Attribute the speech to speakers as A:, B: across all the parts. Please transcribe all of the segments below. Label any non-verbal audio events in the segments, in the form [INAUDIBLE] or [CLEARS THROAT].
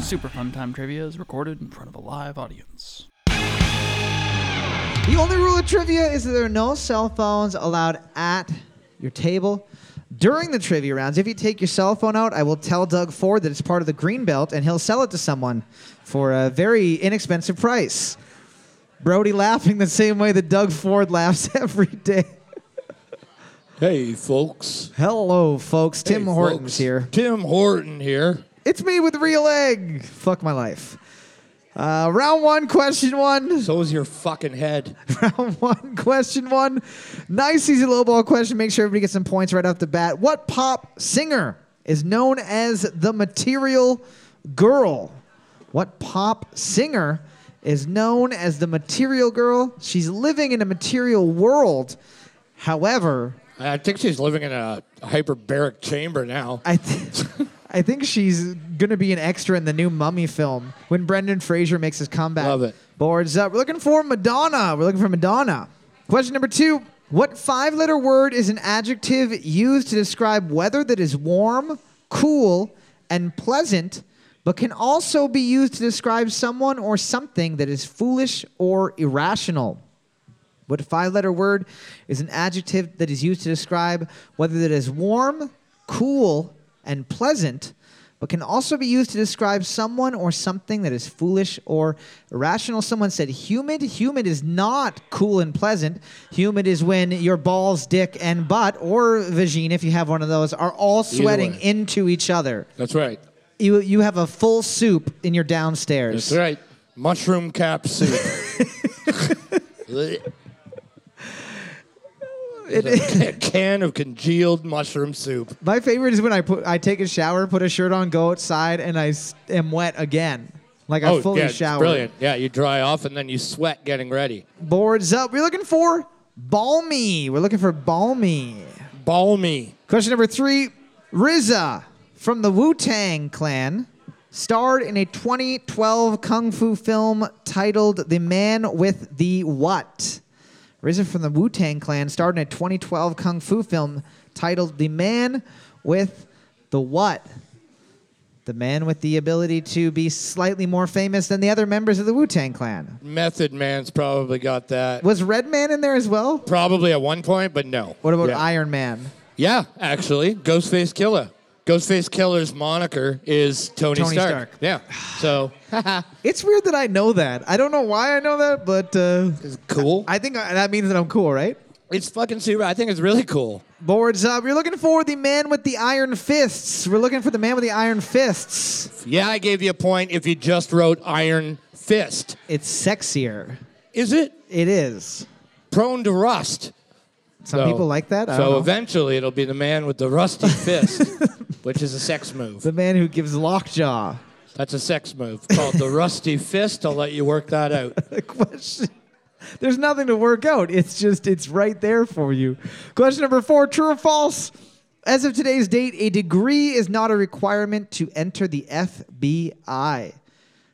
A: Super Fun Time Trivia is recorded in front of a live audience.
B: The only rule of trivia is that there are no cell phones allowed at your table. During the trivia rounds, if you take your cell phone out, I will tell Doug Ford that it's part of the green belt and he'll sell it to someone for a very inexpensive price. Brody laughing the same way that Doug Ford laughs [LAUGHS] every day.
C: Hey, folks.
B: Hello, folks. Tim
C: Hey,
B: Hortons
C: folks.
B: here.
C: Tim Horton here.
B: It's me with real egg. Fuck my life. Uh, round one, question one.
C: So is your fucking head.
B: [LAUGHS] round one, question one. Nice, easy lowball question. Make sure everybody gets some points right off the bat. What pop singer is known as the Material Girl? What pop singer is known as the Material Girl? She's living in a material world. However,
C: I think she's living in a hyperbaric chamber now.
B: I, th- [LAUGHS] I think she's gonna be an extra in the new Mummy film when Brendan Fraser makes his comeback.
C: Love it.
B: Boards up. We're looking for Madonna. We're looking for Madonna. Question number two: What five-letter word is an adjective used to describe weather that is warm, cool, and pleasant, but can also be used to describe someone or something that is foolish or irrational? What five letter word is an adjective that is used to describe whether it is warm, cool, and pleasant, but can also be used to describe someone or something that is foolish or irrational? Someone said humid. Humid is not cool and pleasant. Humid is when your balls, dick, and butt, or vagine, if you have one of those, are all sweating
C: way.
B: into each other.
C: That's right.
B: You, you have a full soup in your downstairs.
C: That's right. Mushroom
B: [LAUGHS]
C: cap soup. Blech. It's a can of congealed mushroom soup.
B: My favorite is when I put I take a shower, put a shirt on, go outside, and I s- am wet again. Like I
C: oh,
B: fully
C: yeah, it's
B: shower.
C: brilliant. Yeah, you dry off and then you sweat getting ready.
B: Boards up. We're looking for balmy. We're looking for balmy.
C: Balmy.
B: Question number three: RZA from the Wu Tang Clan starred in a 2012 kung fu film titled "The Man with the What." RZA from the Wu Tang Clan starred in a 2012 kung fu film titled "The Man with the What." The man with the ability to be slightly more famous than the other members of the Wu Tang Clan.
C: Method Man's probably got that.
B: Was Red Man in there as well?
C: Probably at one point, but no.
B: What about
C: yeah.
B: Iron Man?
C: Yeah, actually, Ghostface Killer. Ghostface Killer's moniker is Tony,
B: Tony Stark.
C: Stark. Yeah. So
B: It's weird that I know that. I don't know why I know that, but uh,
C: it's cool.
B: I think I, that means that I'm cool, right?
C: it's fucking super. I think it's really cool.
B: Boards up. You're looking for the man with the iron fists. We're looking for the man with the iron fists.
C: Yeah, I gave you a point if you just wrote Iron Fist.
B: It's sexier.
C: Is it
B: It is.
C: prone to rust?
B: Some
C: So-
B: people like that. I
C: so
B: don't know.
C: eventually, it'll be the man with the rusty fist, which is a sex move.
B: the man who gives lockjaw.
C: That's a sex move called the rusty fist. I'll let you work that out.
B: The [LAUGHS] question. There's nothing to work out. It's just it's right there for you. Question number four: True or false? As of today's date, a degree is not a requirement to enter the FBI.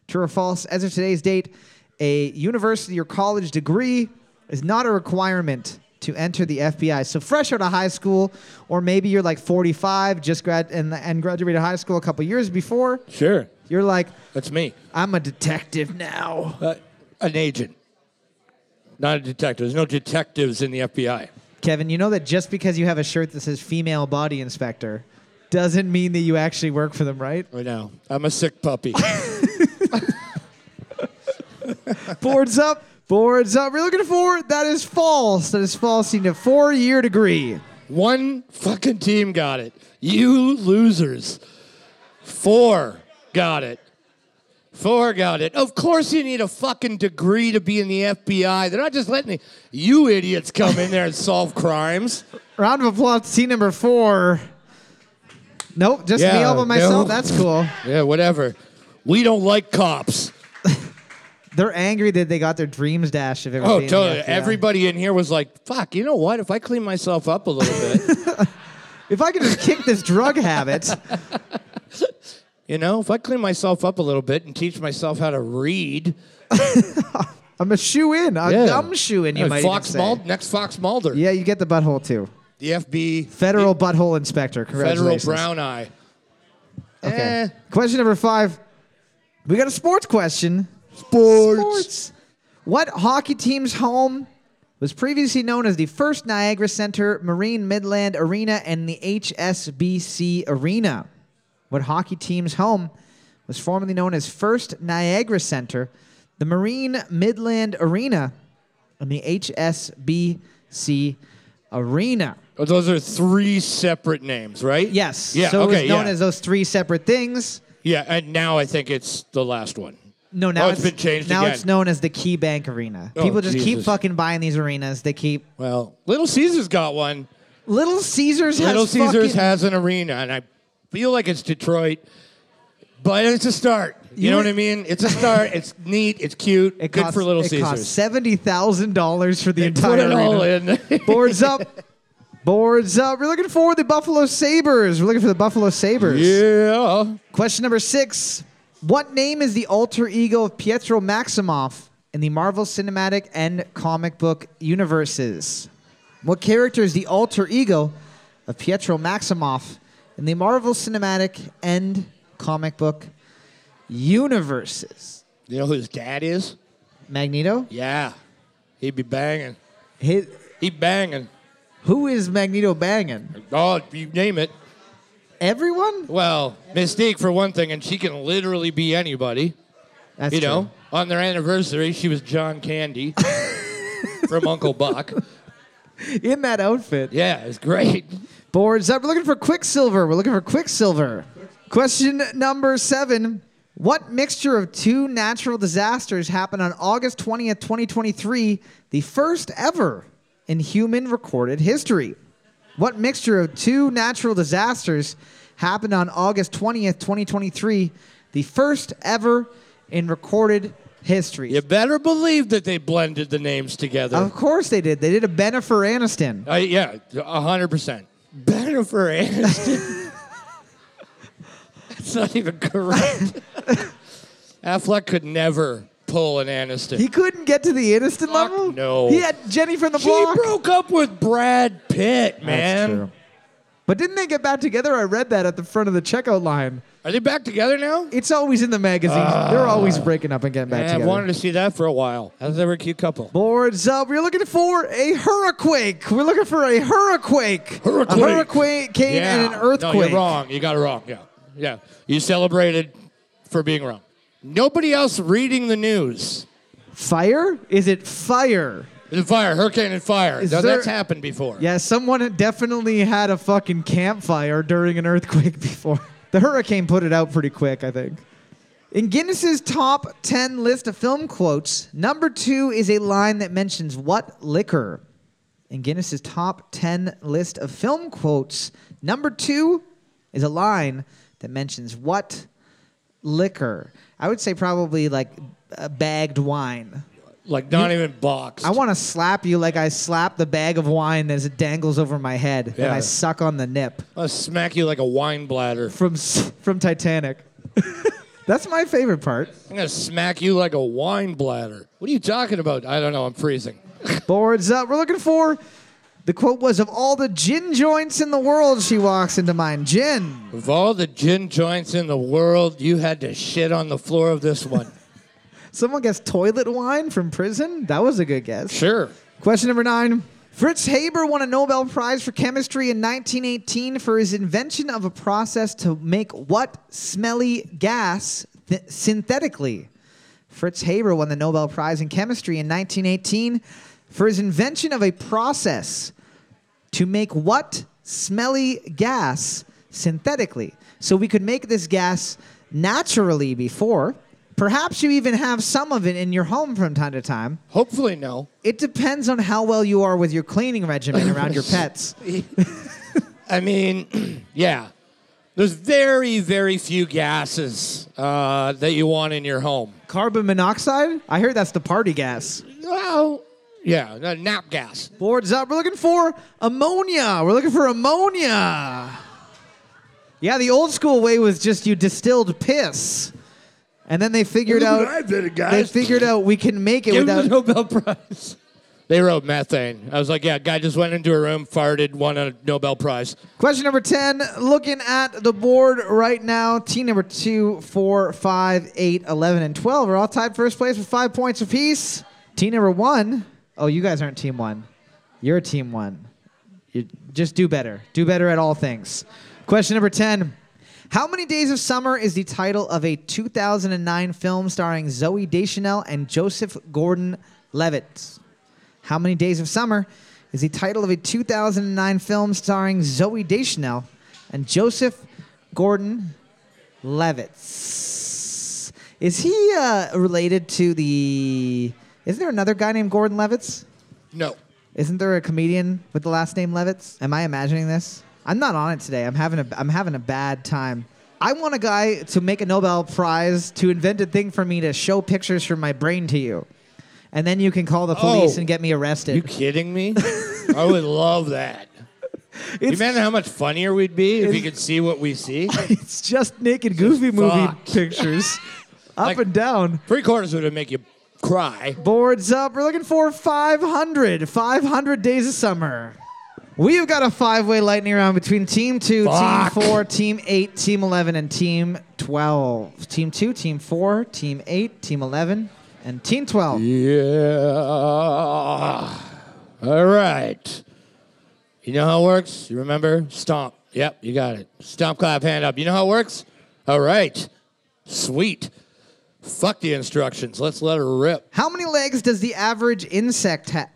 B: True or false? As of today's date, a university or college degree is not a requirement to enter the FBI. So fresh out of high school, or maybe you're like 45, just grad and, and graduated high school a couple years before,
C: Sure,
B: you're like,
C: that's me.
B: I'm a detective now.
C: Uh, an agent, not a detective. There's no detectives in the FBI.
B: Kevin, you know that just because you have a shirt that says female body inspector doesn't mean that you actually work for them,
C: [LAUGHS]
B: right?
C: Right now, I'm a sick puppy. [LAUGHS]
B: boards up, boards up. We're looking for that is false. That is false. You need a four year degree.
C: One fucking team got it. You losers. Four got it. Four got it. Of course, you need a fucking degree to be in the FBI. They're not just letting the, you idiots come in there and solve crimes.
B: Round of applause to team number four. Nope, just me
C: Yeah,
B: all by myself.
C: no.
B: That's cool.
C: Yeah, whatever. We don't like cops.
B: They're angry that they got their dreams dashed of everything.
C: Oh, totally. Everybody in here was like, fuck, you know what? If I clean myself up a little bit, [LAUGHS]
B: If I could just kick this drug habit,
C: you know, if I clean myself up a little bit and teach myself how to read,
B: I'm a shoe in, a
C: Yeah.
B: gum shoe in. You
C: uh,
B: might even
C: Fox
B: say.
C: Mulder, next Fox Mulder.
B: Yeah, you get the butthole too.
C: The FB.
B: Federal butthole inspector.
C: Federal
B: Congratulations.
C: brown eye.
B: Okay.
C: Eh,
B: Question number five. We got a sports question.
C: Sports.
B: Sports. What hockey team's home was previously known as the First Niagara Center Marine Midland Arena and the HSBC Arena? What hockey team's home was formerly known as First Niagara Center, the Marine Midland Arena, and the HSBC Arena?
C: Oh, Those are three separate names, right?
B: Yes.
C: Yeah.
B: So
C: okay.
B: it was known
C: yeah.
B: as those three separate things.
C: yeah. And now I think it's the last one.
B: No, now
C: Oh, it's been changed
B: Now
C: again.
B: it's known as the Key Bank Arena.
C: Oh,
B: People just keep
C: Jesus.
B: fucking buying these arenas. They keep
C: Well, Little Caesars got one.
B: Little Caesars has
C: Little Caesars
B: fucking-
C: has an arena, and I feel like it's Detroit, but it's a start. You,
B: You
C: know
B: were-
C: what I mean? It's a start.
B: [LAUGHS]
C: it's neat. It's cute.
B: it
C: Good
B: costs,
C: for Little
B: it costs
C: Caesars.
B: seventy thousand dollars for the
C: [LAUGHS] Put
B: entire
C: it all
B: arena.
C: in.
B: [LAUGHS] Boards
C: [LAUGHS]
B: up, boards up. We're looking for the Buffalo Sabers. We're looking for the Buffalo Sabers.
C: yeah.
B: Question number six: What name is the alter ego of Pietro Maximoff in the Marvel Cinematic and comic book universes? What character is the alter ego of Pietro Maximoff in the Marvel Cinematic and comic book universes?
C: You know who his dad is?
B: Magneto?
C: Yeah. He'd be banging.
B: His,
C: He banging.
B: who is Magneto banging?
C: Oh, you name it.
B: Everyone?
C: Well, Mystique for one thing, and she can literally be anybody.
B: That's
C: you
B: true.
C: know, on their anniversary, she was John Candy
B: [LAUGHS]
C: from Uncle Buck.
B: In that outfit.
C: Yeah, it's great.
B: Boards up. We're looking for Quicksilver. We're looking for Quicksilver. Question number seven. What mixture of two natural disasters happened on August 20th, 2023, the first ever in human recorded history? What mixture of two natural disasters happened on August 20th, 2023, the first ever in recorded history?
C: You better believe that they blended the names together.
B: Of course they did. They did a Benifer Aniston.
C: Uh, yeah, a hundred percent. Better for Aniston. [LAUGHS] That's not even correct. Affleck could never pull an Aniston.
B: He couldn't get to the Aniston level.
C: no.
B: he had Jenny from the
C: she
B: block.
C: broke up with Brad Pitt, man.
B: But didn't they get back together? I read that at the front of the checkout line.
C: Are they back together now?
B: It's always in the magazines. They're always breaking up and getting back
C: Yeah, I've
B: together.
C: wanted to see that for a while. That's they were a cute couple.
B: Boards up. We're looking for a hurricane. We're looking for a hurricane.
C: Hurricane.
B: A hurricane
C: yeah.
B: and an earthquake.
C: No, you're wrong. You got it wrong. Yeah, yeah. You celebrated for being wrong. Nobody else reading the news.
B: Fire? Is it fire?
C: The fire, hurricane, and fire.
B: Is
C: now,
B: there-
C: that's happened before.
B: Yeah, someone had definitely had a fucking campfire during an earthquake [LAUGHS] before. The hurricane put it out pretty quick, I think. In Guinness's top 10 list of film quotes, number two is a line that mentions what liquor? In Guinness's top 10 list of film quotes, number two is a line that mentions what liquor? I would say probably like uh, bagged wine.
C: Like not even boxed.
B: I want to slap you like I slap the bag of wine as it dangles over my head, and
C: Yeah.
B: I suck on the nip
C: I'll smack you like a wine bladder.
B: from s- from Titanic. That's my favorite part.
C: I'm gonna smack you like a wine bladder. What are you talking about? I don't know. I'm freezing.
B: Boards up. We're looking for. The quote was of all the gin joints in the world, she walks into mine. Gin.
C: Of all the gin joints in the world, you had to shit on the floor of this one.
B: Someone guessed toilet wine from prison. That was a good guess.
C: sure.
B: Question number nine. Fritz Haber won a Nobel Prize for Chemistry in 1918 for his invention of a process to make what smelly gas th- synthetically? Fritz Haber won the Nobel Prize in Chemistry in 1918 for his invention of a process to make what smelly gas synthetically? So we could make this gas naturally before. Perhaps you even have some of it in your home from time to time.
C: Hopefully, no.
B: It depends on how well you are with your cleaning regimen around
C: [LAUGHS]
B: your pets.
C: I mean, [CLEARS THROAT] yeah. There's very, very few gases uh, that you want in your home.
B: Carbon monoxide? I heard that's the party gas.
C: Well, yeah, no, nap gas.
B: Boards up. We're looking for ammonia. We're looking for ammonia. Yeah, the old school way was just you distilled piss. And then they figured out
C: did it,
B: they figured out we can make it
C: Give him the
B: without
C: Nobel Prize. They wrote methane. I was like, yeah, guy just went into a room, farted, won a Nobel Prize.
B: Question number 10, looking at the board right now, team number 2, 4, 5, 8, 11, and 12 are all tied first place with five points apiece. Team number 1, oh, you guys aren't team 1. You're team 1. You just do better. Do better at all things. Question number 10, how many days of summer is the title of a 2009 film starring Zoe Deschanel and Joseph Gordon-Levitt? How Many Days of Summer is the title of a 2009 film starring Zoe Deschanel and Joseph Gordon Levitz. Is he uh, related to the. Isn't there another guy named Gordon Levitz?
C: No.
B: Isn't there a comedian with the last name Levitz? Am I imagining this? I'm not on it today. I'm having a I'm having a bad time. I want a guy to make a Nobel Prize to invent a thing for me to show pictures from my brain to you. And then you can call the police
C: Oh.
B: and get me arrested.
C: You kidding
B: [LAUGHS]
C: me? I would love that. You
B: It's-
C: imagine how much funnier we'd be if you could see what
B: [LAUGHS]
C: we see?
B: it's just naked goofy movie
C: fucked.
B: pictures up
C: [LAUGHS] Like-
B: and down
C: Three quarters would make you cry.
B: boards up we're looking for 500 500 days of summer we have got a five-way lightning round between team 2
C: Fuck.
B: team 4 team 8 team 11 and team 12 team 2 team 4 team 8 team 11 and team 12
C: Yeah. All right. You know how it works? You remember? Stomp. Yep, you got it. Stomp, clap, hand up. You know how it works? All right. Sweet. Fuck the instructions. Let's let her rip.
B: how many legs does the average insect have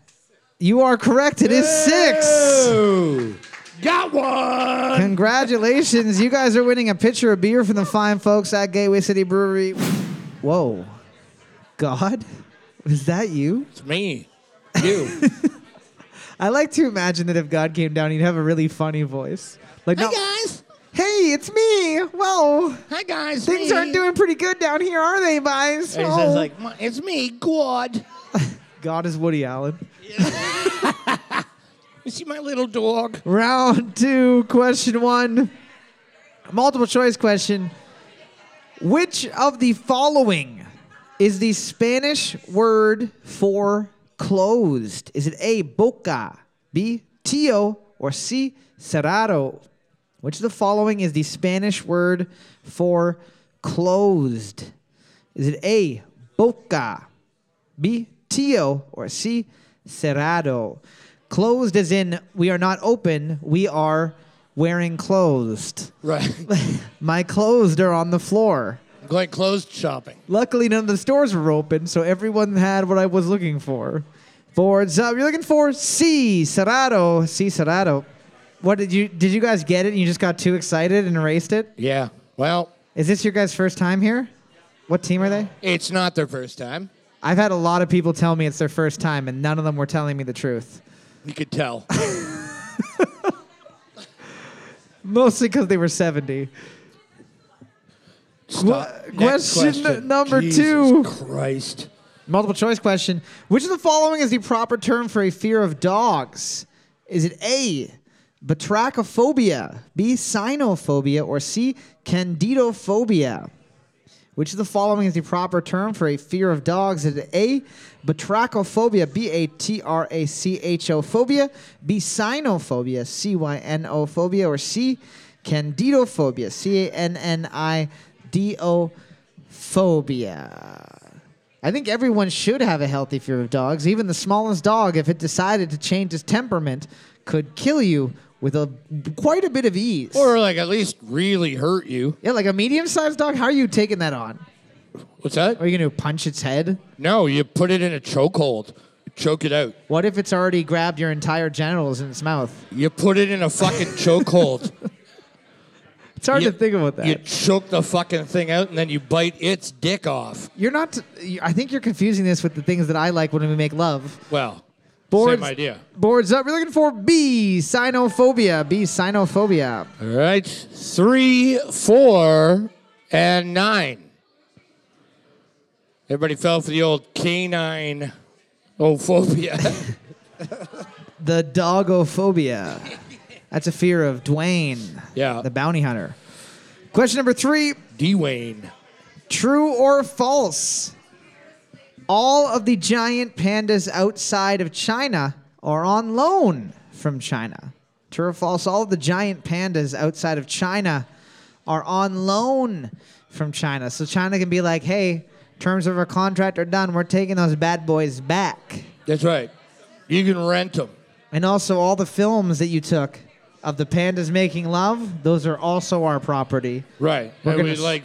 B: you are correct it is six
C: Oh, Got one.
B: Congratulations. You guys are winning a pitcher of beer from the fine folks at Gateway City Brewery. Whoa. God? Was that you?
C: It's me. You.
B: I like to imagine that if God came down, he'd have a really funny voice. Like, [LAUGHS] no,
C: guys.
B: hey, it's me. Whoa,
C: Hi guys.
B: things aren't doing pretty good down here, are they, guys?
C: And he
B: Oh.
C: says like, "My- "It's me, God.
B: God is Woody Allen.
C: You see my little dog."
B: Round two, question one. Multiple choice question. Which of the following is the Spanish word for closed? Is it A, boca, B, tío, or C, cerrado? Which of the following is the Spanish word for closed? Is it A, boca, B, tío, or C, cerrado. Closed as in we are not open, we are wearing closed. [LAUGHS]
C: Right.
B: My clothes are on the floor.
C: Going closed shopping.
B: Luckily, none of the stores were open, so everyone had what I was looking for. Boards up. You're looking for C, cerrado, C, cerrado. What did you did you guys get it? And you just got too excited and erased it.
C: Yeah. Well,
B: Is this your guys' first time here? What team are they?
C: it's not their first time.
B: I've had a lot of people tell me it's their first time, and none of them were telling me the truth.
C: You
B: [LAUGHS]
C: could tell.
B: Mostly because they were 70.
C: Stop.
B: Qu-
C: Next
B: question number
C: Jesus
B: two.
C: Christ.
B: Multiple choice question. Which of the following is the proper term for a fear of dogs? Is it A, batrachophobia, B, cynophobia, or C, candidophobia? Which of the following is the proper term for a fear of dogs? Is it A, batrachophobia, B A T R A C H O phobia, B, cynophobia, C Y N O phobia, or C, candidophobia, C A N N I D O phobia? I think everyone should have a healthy fear of dogs. Even the smallest dog, if it decided to change its temperament, could kill you with a quite a bit of ease.
C: Or like at least really hurt you.
B: yeah, like a medium-sized dog. How are you taking that on?
C: What's that?
B: Are you gonna punch its head?
C: No, you put it in a chokehold. Choke it out.
B: What if it's already grabbed your entire genitals in its mouth?
C: You put it in
B: [LAUGHS]
C: a fucking chokehold.
B: It's hard
C: You-
B: to think about that.
C: You choke the fucking thing out and then you bite its dick off.
B: You're not. you- I think you're confusing this with the things that I like when we make love.
C: Well,
B: Boards,
C: same idea.
B: Boards up. We're looking for B. Cynophobia. B. Cynophobia.
C: All right. Three, four, and nine. Everybody fell for the old canine ophobia. [LAUGHS]
B: The dogophobia. That's a fear of Dwayne,
C: yeah.
B: the bounty hunter. Question number three
C: Dwayne.
B: True or false? All of the giant pandas outside of China are on loan from China. True or false? All of the giant pandas outside of China are on loan from China. So China can be like, hey, terms of our contract are done. We're taking those bad boys back.
C: That's right. You can rent them.
B: And also, all the films that you took of the pandas making love, those are also our property.
C: Right.
B: We're
C: and
B: gonna
C: we'd
B: s-
C: like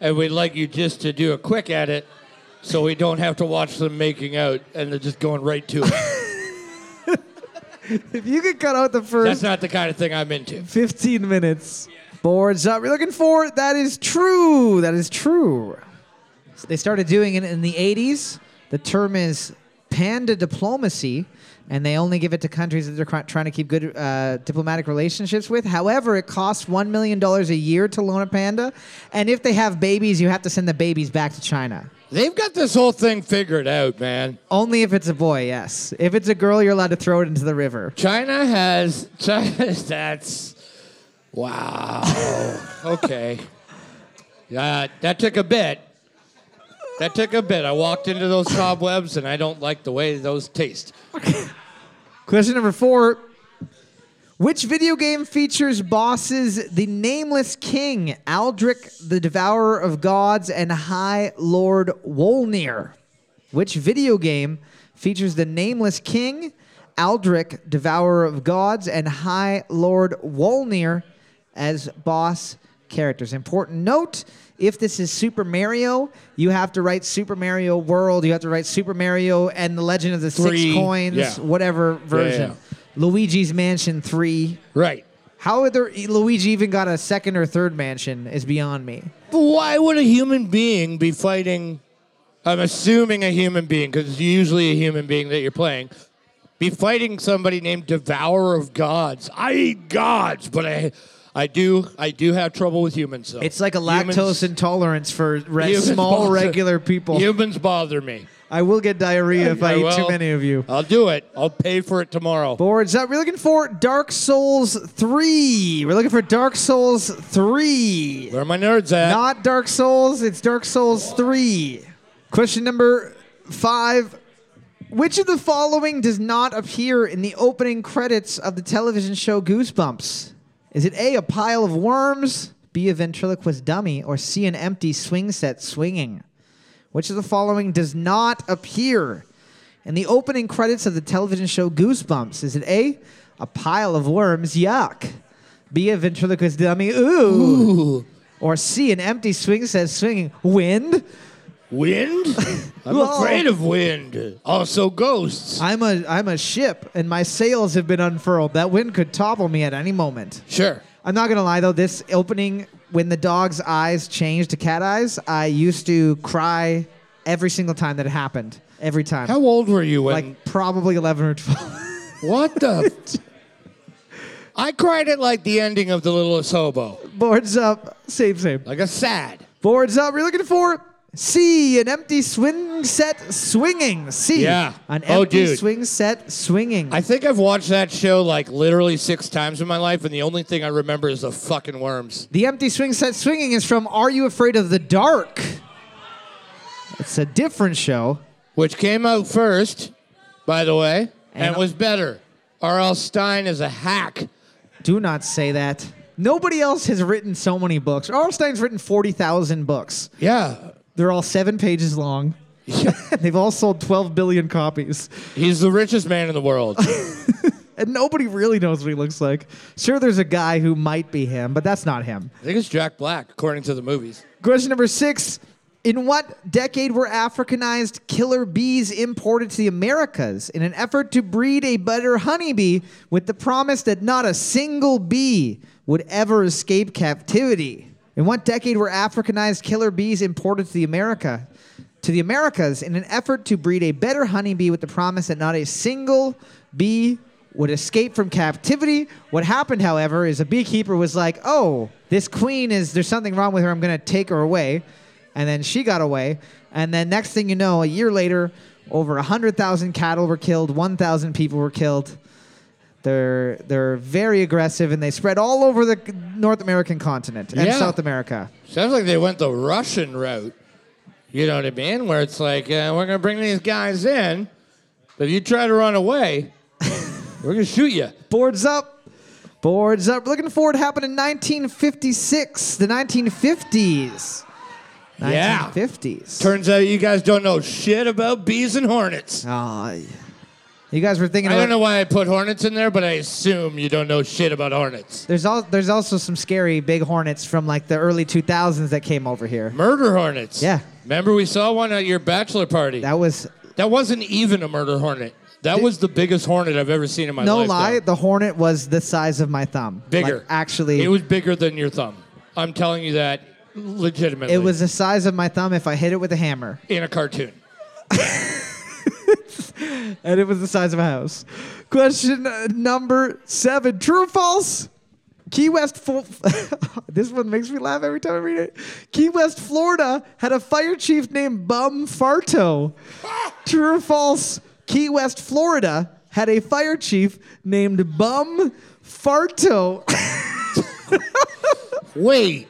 C: and we'd like you just to do a quick edit so we don't have to watch them making out and they're just going right to it.
B: If you could cut out the first.
C: That's not the kind of thing I'm into.
B: 15 minutes. Boards up. You're looking for that is true. That is true. So they started doing it in the 80s. The term is panda diplomacy, and they only give it to countries that they're cr- trying to keep good uh, diplomatic relationships with. However, it costs $1 million a year to loan a panda, and if they have babies, you have to send the babies back to China.
C: They've got this whole thing figured out, man.
B: Only if it's a boy, yes. If it's a girl, you're allowed to throw it into the river.
C: China has China [LAUGHS] that's wow. okay. Uh, that took a bit. That took a bit. I walked into those cobwebs and I don't like the way those taste.
B: Question number four. Which video game features bosses the Nameless King, Aldrich the Devourer of Gods, and High Lord Wolnir? Which video game features the Nameless King, Aldrich, Devourer of Gods, and High Lord Wolnir as boss characters? Important note if this is Super Mario, you have to write Super Mario World, you have to write Super Mario and the Legend of the
C: Three,
B: Six Coins,
C: yeah.
B: whatever version. Luigi's Mansion 3.
C: Right.
B: How there, Luigi even got a second or third mansion is beyond me.
C: But why would a human being be fighting? I'm assuming a human being, because it's usually a human being that you're playing, be fighting somebody named Devourer of Gods. I eat gods, but I, I do, I do have trouble with humans. Though.
B: It's like a
C: Humans-
B: lactose intolerance for re-
C: humans
B: small,
C: bother-
B: regular people.
C: Humans bother me.
B: I will get diarrhea if I, eat too
C: will.
B: many of you.
C: I'll do it. I'll pay for it tomorrow.
B: Boards up. We're looking for Dark Souls 3. We're looking for Dark Souls 3.
C: Where are my nerds at?
B: Not Dark Souls, it's Dark Souls 3. Question number five Which of the following does not appear in the opening credits of the television show Goosebumps? Is it A, a pile of worms, B, a ventriloquist dummy, or C, an empty swing set swinging? Which of the following does not appear in the opening credits of the television show Goosebumps? Is it A, a pile of worms, yuck, B, a ventriloquist dummy, ooh. or C, an empty swing set swinging, wind? [LAUGHS]
C: Wind? I'm
B: Whoa.
C: afraid of wind. Also ghosts.
B: I'm a I'm a ship and my sails have been unfurled. That wind could topple me at any moment.
C: sure.
B: I'm not gonna lie though, this opening when the dog's eyes changed to cat eyes, I used to cry every single time that it happened. Every time.
C: How old were you when?
B: like probably eleven or twelve. [LAUGHS]
C: What the? I cried at like the ending of The Littlest Hobo.
B: Boards up. Same same.
C: Like a sad.
B: Boards up. We're looking for C an empty swing set swinging. C
C: Yeah.
B: an
C: Oh,
B: empty
C: dude.
B: swing set swinging.
C: I think I've watched that show like literally six times in my life, and the only thing I remember is the fucking worms.
B: The empty swing set swinging is from Are You Afraid of the Dark? It's a different show.
C: Which came out first, by the way, and,
B: And-
C: was better. R.L. Stein is a hack.
B: Do not say that. Nobody else has written so many books. R.L. Stein's written 40,000 books.
C: Yeah. [LAUGHS]
B: They're all seven pages long. [LAUGHS] They've all sold 12 billion copies.
C: He's the richest man in the world.
B: And nobody really knows what he looks like. Sure, there's a guy who might be him, but that's not him.
C: I think it's Jack Black, according to the movies.
B: Question number six. In what decade were Africanized killer bees imported to the Americas in an effort to breed a better honeybee with the promise that not a single bee would ever escape captivity? In what decade were Africanized killer bees imported to the America to the Americas in an effort to breed a better honeybee with the promise that not a single bee would escape from captivity. What happened, however, is a beekeeper was like, oh, this queen is, there's something wrong with her. I'm going to take her away. And then she got away. And then next thing you know, a year later, over 100,000 cattle were killed, 1,000 people were killed. They're, they're very aggressive and they spread all over the North American continent and
C: Yeah.
B: South America.
C: Sounds like they went the Russian route. You know what I mean? Where it's like, uh, we're going to bring these guys in, but if you try to run away, [LAUGHS] we're going to shoot you.
B: Boards up. Boards up. Looking forward happened in 1956, the 1950s.
C: Yeah.
B: 1950s.
C: Turns out you guys don't know shit about bees and hornets.
B: Ah, you guys were thinking
C: I
B: about
C: don't know why I put hornets in there, but I assume you don't know shit about hornets.
B: There's all there's also some scary big hornets from like the early 2000s that came over here.
C: Murder hornets.
B: Yeah.
C: Remember we saw one at your bachelor party.
B: That was
C: That wasn't even a murder hornet. That was the biggest hornet I've ever seen in my
B: no
C: life.
B: lie,
C: though.
B: the hornet was the size of my thumb.
C: Bigger.
B: Like, actually
C: It was bigger than your thumb. I'm telling you that legitimately.
B: it was the size of my thumb if I hit it with a hammer.
C: in a cartoon.
B: And it was the size of a house. Question uh, number 7, true or false? Key West Fo- [LAUGHS] This one makes me laugh every time I read it. Key West, Florida had a fire chief named Bum Farto. True or false? Key West, Florida had a fire chief named Bum Farto. [LAUGHS]
C: Wait,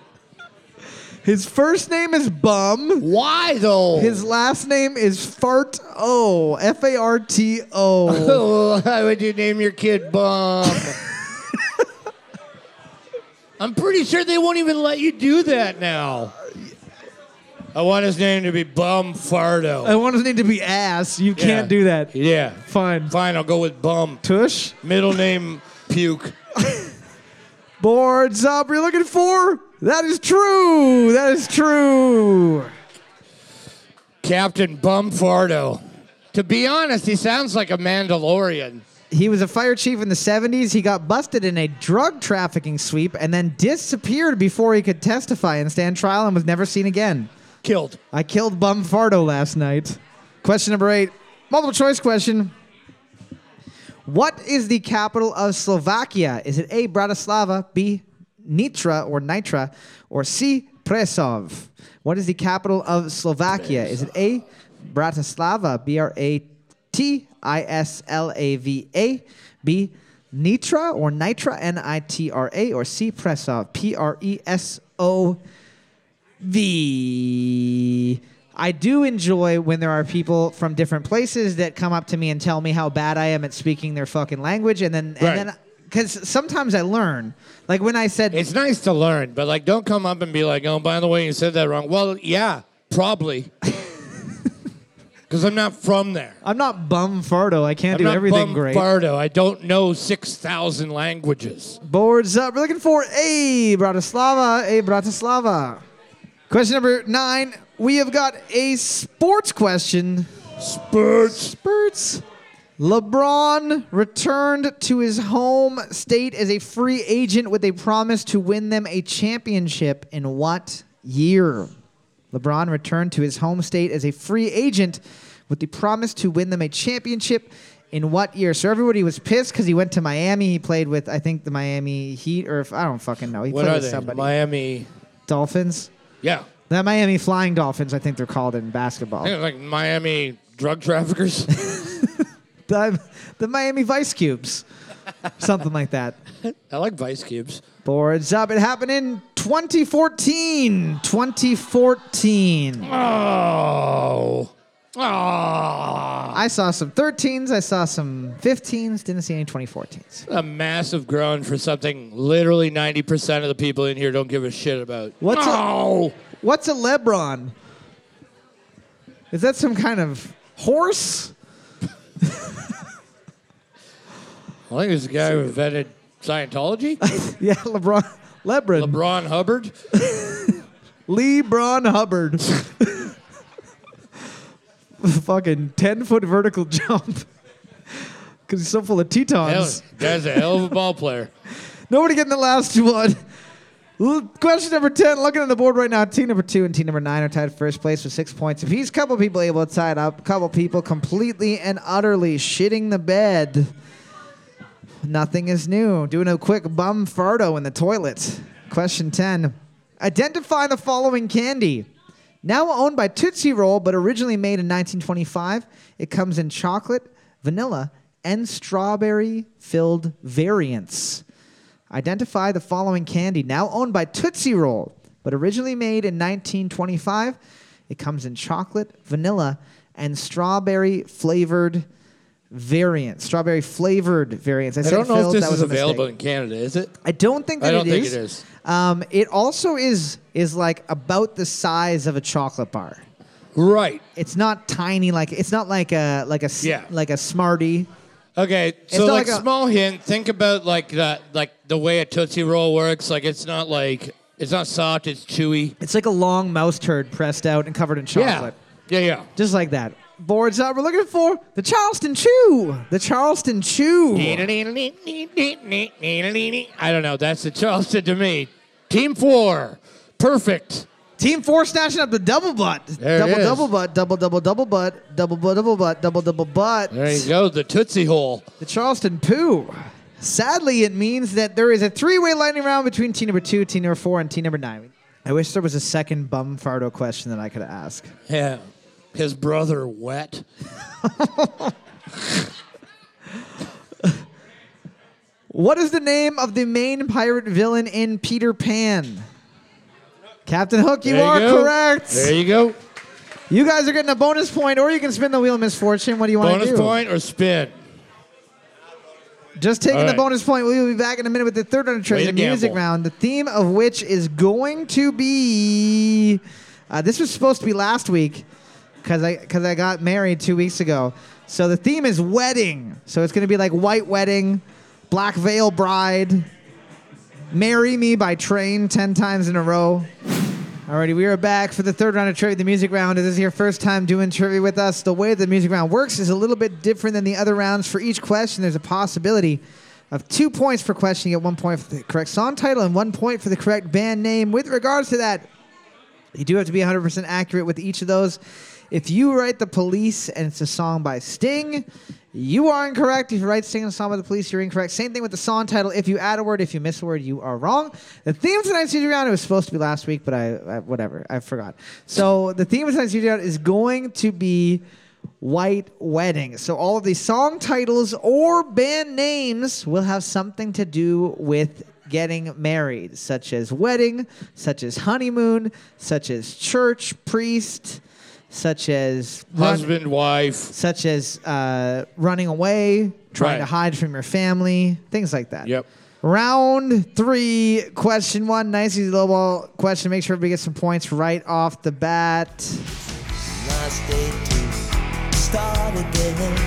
B: His first name is Bum.
C: why though?
B: His last name is Fart O. F A R T
C: [LAUGHS]
B: O.
C: [LAUGHS] Why would you name your kid
B: [LAUGHS]
C: Bum? I'm pretty sure they won't even let you do that now. I want his name to be Bum
B: I
C: Fardo.
B: want his name to be ass. You
C: Yeah.
B: can't do that.
C: Yeah.
B: Fine.
C: Fine, I'll go with Bum.
B: Tush.
C: Middle name Puke.
B: Boards up. You're looking for? That is true. That is true.
C: Captain Bum Fardo. To be honest, he sounds like a Mandalorian.
B: He was a fire chief in the 70s. He got busted in a drug trafficking sweep and then disappeared before he could testify and stand trial and was never seen again.
C: Killed.
B: I killed Bum Fardo last night. Question number eight. Multiple choice question. What is the capital of Slovakia? Is it A, Bratislava, B, Nitra or Nitra, or C, Presov? What is the capital of Slovakia? Is it A, Bratislava, B R A T I S L A V A, B, Nitra or Nitra, N I T R A, or C, Presov, P R E S O the I do enjoy when there are people from different places that come up to me and tell me how bad I am at speaking their fucking language, and then
C: Right.
B: and then because sometimes I learn. Like when I said,
C: It's nice to learn, but like, don't come up and be like, "Oh, by the way, you said that wrong." Well, yeah, probably, because I'm not from there.
B: "I'm not bum fardo. I can't
C: I'm
B: do
C: not
B: everything
C: Bum
B: great."
C: Fardo. I don't know six thousand languages.
B: Boards up. We're looking for a Bratislava, a Bratislava. Question number nine. We have got a sports question.
C: Spurts.
B: Spurts. LeBron returned to his home state as a free agent with a promise to win them a championship in what year? LeBron returned to his home state as a free agent with the promise to win them a championship in what year? So everybody was pissed because he went to Miami. He played with, I think, the Miami Heat, or if I don't fucking know. He
C: What
B: played
C: are
B: with
C: they?
B: somebody.
C: Miami.
B: Dolphins.
C: Yeah,
B: The Miami Flying Dolphins, I think they're called in
C: I think
B: basketball.
C: it's like Miami drug traffickers.
B: The, the Miami Vice Cubes, something like that.
C: I like Vice Cubes.
B: Boards up. It happened in 2014. 2014.
C: Oh, oh,
B: I saw some 13s. I saw some 15s. Didn't see any 2014s.
C: a massive groan for something literally ninety percent of the people in here don't give a shit about.
B: What's a-
C: oh.
B: What's a Lebron? Is that some kind of horse? [LAUGHS]
C: I think it's the guy who invented
B: [LAUGHS]
C: Scientology,
B: Yeah, LeBron. Lebron.
C: LeBron Hubbard.
B: LeBron Hubbard. [LAUGHS] Fucking 10 foot vertical jump. [LAUGHS] Because he's so full of
C: Hell,
B: Tetons.
C: guy's a hell of a ball
B: [LAUGHS]
C: player.
B: Nobody getting the last one. L- Question number 10. Looking at the board right now, team number two and team number nine are tied first place with six points apiece. Couple people able to tie it up. Couple people completely and utterly shitting the bed. Nothing is new. Doing a quick bum fardo in the toilet. Question 10. Identify the following candy. Now owned by Tootsie Roll, but originally made in 1925, it comes in chocolate, vanilla, and strawberry filled variants. Identify the following candy, now owned by Tootsie Roll, but originally made in 1925. It comes in chocolate, vanilla, and strawberry flavored variants. Strawberry flavored variants. I,
C: I
B: said
C: don't know
B: filled,
C: if
B: that
C: this
B: was
C: is
B: a mistake.
C: available in Canada, is it?
B: I don't think that
C: I don't
B: it
C: think
B: is.
C: it is.
B: Um, it also is is like about the size of a chocolate bar.
C: Right.
B: It's not tiny like it's not like a like a s-
C: Yeah.
B: like a smartie.
C: Okay, so
B: not
C: like,
B: like a-
C: small hint. Think about like the like the way a tootsie roll works. Like it's not like it's not soft. It's chewy.
B: It's like a long mouse turd pressed out and covered in chocolate.
C: Yeah, yeah, yeah.
B: Just like that. Boards up. We're looking for the Charleston Chew. The Charleston Chew.
C: I don't know. That's the Charleston to me. Team four, perfect.
B: Team four snatching up the double butt.
C: There it
B: double
C: is.
B: double butt. Double double double butt. Double butt double butt. Double double butt.
C: There you go. The tootsie hole.
B: The Charleston Poo. Sadly, it means that there is a three-way lightning round between team number two, team number four, and team number nine. I wish there was a second bum fardo question that I could ask.
C: Yeah. His brother wet.
B: What is the name of the main pirate villain in Peter Pan? Captain Hook, you
C: There
B: are
C: go.
B: correct.
C: There you go.
B: You guys are getting a bonus point, or you can spin the wheel of misfortune. What do you want to
C: Bonus
B: do?
C: point or spin.
B: Just taking
C: All
B: the
C: right.
B: bonus point. We will be back in a minute with the third under
C: Way
B: trade,
C: to
B: the music
C: gamble.
B: round. The theme of which is going to be. Uh, this was supposed to be last week, because I because I got married two weeks ago. So the theme is wedding. So it's going to be like white wedding, black veil bride, marry me by train ten times in a row. Alrighty, we are back for the third round of trivia, the music round. If this is your first time doing trivia with us, the way the music round works is a little bit different than the other rounds. For each question, there's a possibility of two points for question. You get one point for the correct song title and one point for the correct band name. With regards to that, you do have to be 100% accurate with each of those. If you write The Police and it's a song by Sting, you are incorrect. If you write Sting and a song by The Police, you're incorrect. Same thing with the song title. If you add a word, if you miss a word, you are wrong. The theme of tonight's Studio Round, it was supposed to be last week, but I, I whatever, I forgot. So the theme of tonight's Studio Round is going to be White Wedding. So all of the song titles or band names will have something to do with getting married, such as wedding, such as honeymoon, such as church, priest, such as run-
C: Husband, wife.
B: such as uh, running away, trying to
C: Right.
B: hide from your family, things like that.
C: Yep.
B: Round three, question one, nice easy low ball question. Make sure everybody gets some points right off the bat.
D: Last day to start again.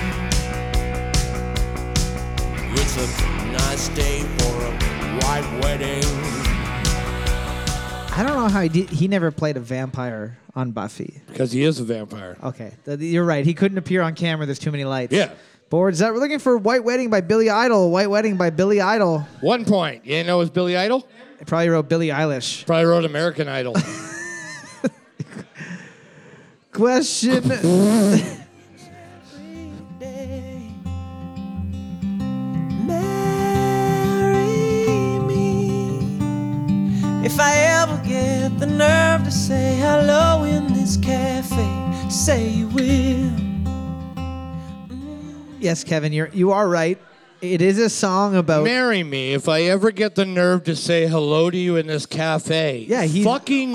D: It's a nice day for a white wedding.
B: I don't know how he did. He never played a vampire on Buffy.
C: Because he is a vampire.
B: Okay, th- you're right. He couldn't appear on camera. There's too many lights.
C: Yeah.
B: Boards up. We're looking for "White Wedding" by Billy Idol. "White Wedding" by Billy Idol.
C: One point. You didn't know it was Billy Idol?
B: I probably wrote Billie Eilish.
C: Probably wrote American Idol.
B: [LAUGHS]
C: [LAUGHS]
B: Question.
D: Marry me if I ever get the nerve to say hello in this cafe. Say you will.
B: yes, Kevin, you're you are right. It is a song about.
C: Marry me if I ever get the nerve to say hello to you in this cafe.
B: Yeah, he-
C: fucking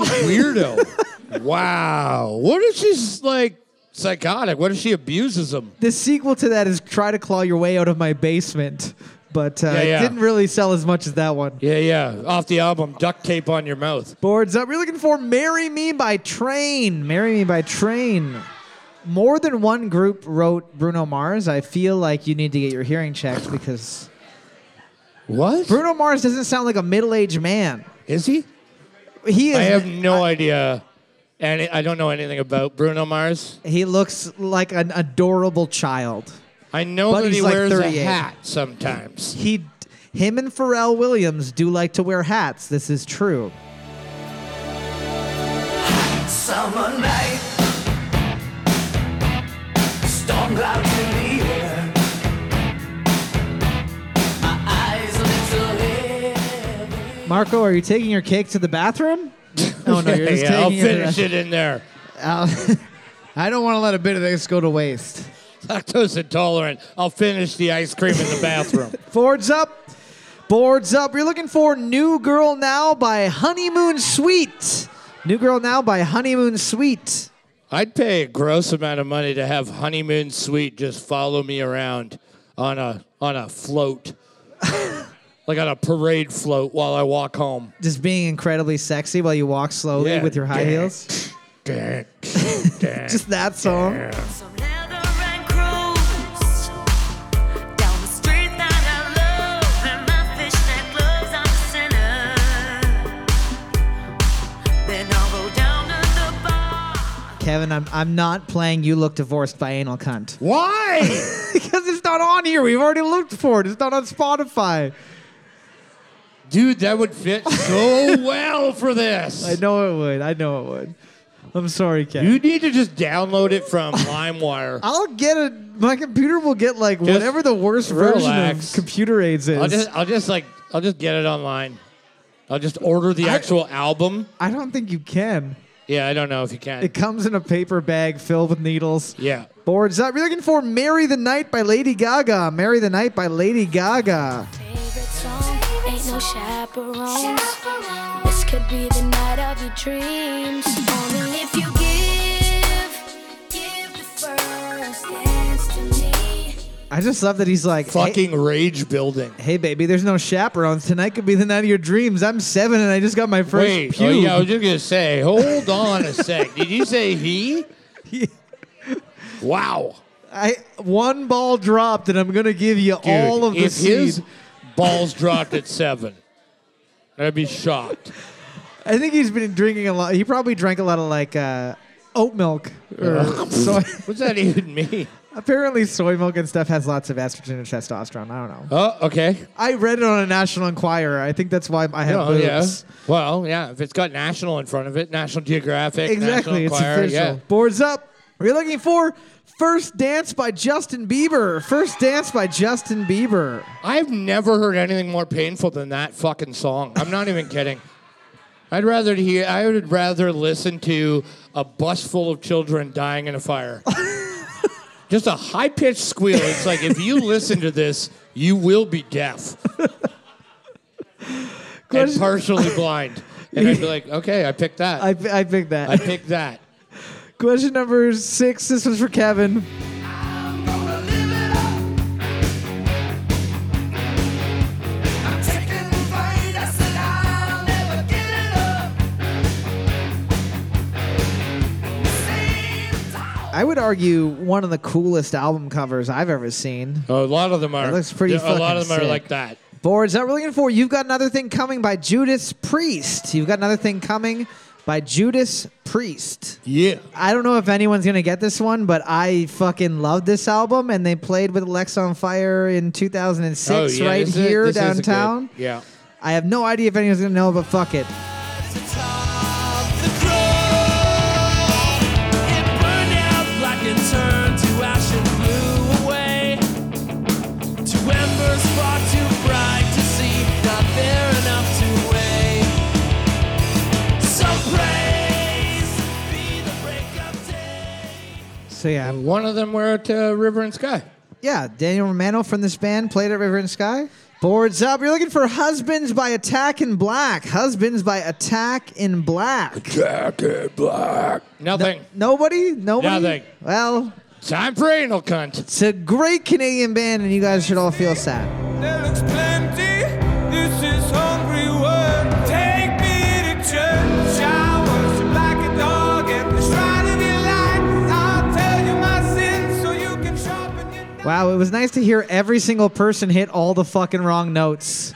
B: [LAUGHS]
C: weirdo. wow. What if she's like psychotic? What if she abuses him?
B: the sequel to that is "Try to Claw Your Way Out of My Basement," but uh,
C: Yeah, yeah.
B: it didn't really sell as much as that one.
C: Yeah, yeah. Off the album, duct tape on your mouth.
B: Boards up. We're looking for Marry Me by Train. Marry Me by Train. More than one group wrote Bruno Mars. I feel like you need to get your hearing checked because
C: What?
B: Bruno Mars doesn't sound like a middle aged man.
C: Is he?
B: He is.
C: I have no idea. And I don't know anything about Bruno Mars.
B: he looks like an adorable child.
C: I know
B: But
C: that he
B: he's like
C: wears a
B: 38.
C: hat sometimes.
B: He, him and Pharrell Williams do like to wear hats. This is true.
D: Summer night, storm clouds in the air. My eyes a little heavy.
B: Marco, are you taking your cake to the
C: [LAUGHS]
B: bathroom? Oh no, you're just
C: yeah, I'll
B: taking
C: finish
B: it.
C: it in there.
B: I'll- I don't want to let a bit of this go to waste.
C: Lactose intolerant. I'll finish the ice cream in the
B: [LAUGHS]
C: bathroom.
B: Boards up. Boards up. You're looking for New Girl Now by Honeymoon Suite. New Girl Now by Honeymoon Suite.
C: I'd pay a gross amount of money to have honeymoon suite just follow me around on a on
B: [LAUGHS]
C: a float, like on a parade float while I walk home. [LAUGHS]
B: Just being incredibly sexy while you walk slowly
C: Yeah.
B: with your high
C: Yeah.
B: heels. Just that song.
E: So leather and cruise down the street that I love, and my fishnet gloves on the center. Then I'll go down to the bar.
B: Kevin, I'm, I'm not playing You Look Divorced by Anal Cunt.
C: Why?
B: [LAUGHS] because it's not on here. We've already looked for it. It's not on Spotify.
C: Dude, that would fit
B: [LAUGHS]
C: so well for this.
B: I know it would. I know it would. I'm sorry, Kevin.
C: You need to just download it from [LAUGHS] LimeWire.
B: I'll get it. My computer will get like whatever the worst version of
C: relax.
B: computer aids is.
C: I'll just, I'll just like, I'll just get it online. I'll just order the actual album.
B: I don't think you can.
C: Yeah, I don't know if you can.
B: It comes in a paper bag filled with needles.
C: yeah.
B: Boards up. We're looking for "Marry the Night" by Lady Gaga. "Marry the Night" by Lady Gaga.
F: favorite song. Ain't no chaperones. This could be the night of your dreams. Only if you give, give the first dance to me.
B: I just love that he's like,
C: Fucking rage building.
B: Hey, hey, baby, there's no chaperones. Tonight could be the night of your dreams. I'm seven and I just got my first
C: Wait, oh,
B: pube.
C: yeah, I was just gonna say, hold on a sec. Did you
B: [LAUGHS]
C: say he? Wow,
B: I one ball dropped, and I'm gonna give you
C: dude,
B: all of the
C: if
B: seed.
C: his balls dropped at seven, I'd be shocked.
B: I think he's been drinking a lot. He probably drank a lot of like uh, oat milk
C: [LAUGHS]
B: or soy. [LAUGHS]
C: What's that even mean?
B: Apparently, soy milk and stuff has lots of estrogen and testosterone. I don't know.
C: Oh, okay.
B: I read it on a National Enquirer. I think that's why I have
C: Oh,
B: boobs.
C: yeah. Well, yeah. If it's got national in front of it, National Geographic,
B: Exactly,
C: National
B: it's
C: Enquirer,
B: official.
C: yeah.
B: Boards up. We're looking for "First Dance" by Justin Bieber. "First Dance" by Justin Bieber.
C: I've never heard anything more painful than that fucking song. I'm not even kidding. I'd rather hear. I would rather listen to a bus full of children dying in a fire. Just a high pitched squeal. It's like if you listen to this, you will be deaf and
B: Question-
C: partially blind. And I'd be like, okay, I picked that.
B: I,
C: I,
B: I picked that.
C: picked that.
B: Question number six. This was for Kevin. I would argue one of the coolest album covers I've ever seen.
C: A lot of them are.
B: That looks pretty
C: A lot
B: fucking
C: of them are
B: sick.
C: like that.
B: Boards that we're looking for. You've got another thing coming by Judas Priest. You've got another thing coming by Judas Priest.
C: Yeah.
B: I don't know if anyone's gonna get this one, but I fucking love this album, and they played with Lex on Fire in 2006
C: Oh, yeah,
B: right
C: this is-
B: here
C: this is a good-
B: downtown.
C: Yeah.
B: I have no idea if anyone's gonna know, but fuck it. So yeah,
C: One of them were at uh, River and Sky.
B: yeah. Daniel Romano from this band played at River and Sky. Boards up. You're looking for "Husbands" by Attack in Black. "Husbands" by Attack in Black.
C: Jacket Black. Nothing.
B: Nobody? Nobody?
C: Nothing.
B: Well,
C: Time for anal cunt.
B: it's a great Canadian band, and you guys should all feel sad.
G: There looks plenty. This is hungry word. Take me to church. I worship like a dog at the shrine of your light. I'll tell you my sins so you can sharpen your knife.
B: Wow, it was nice to hear every single person hit all the fucking wrong notes.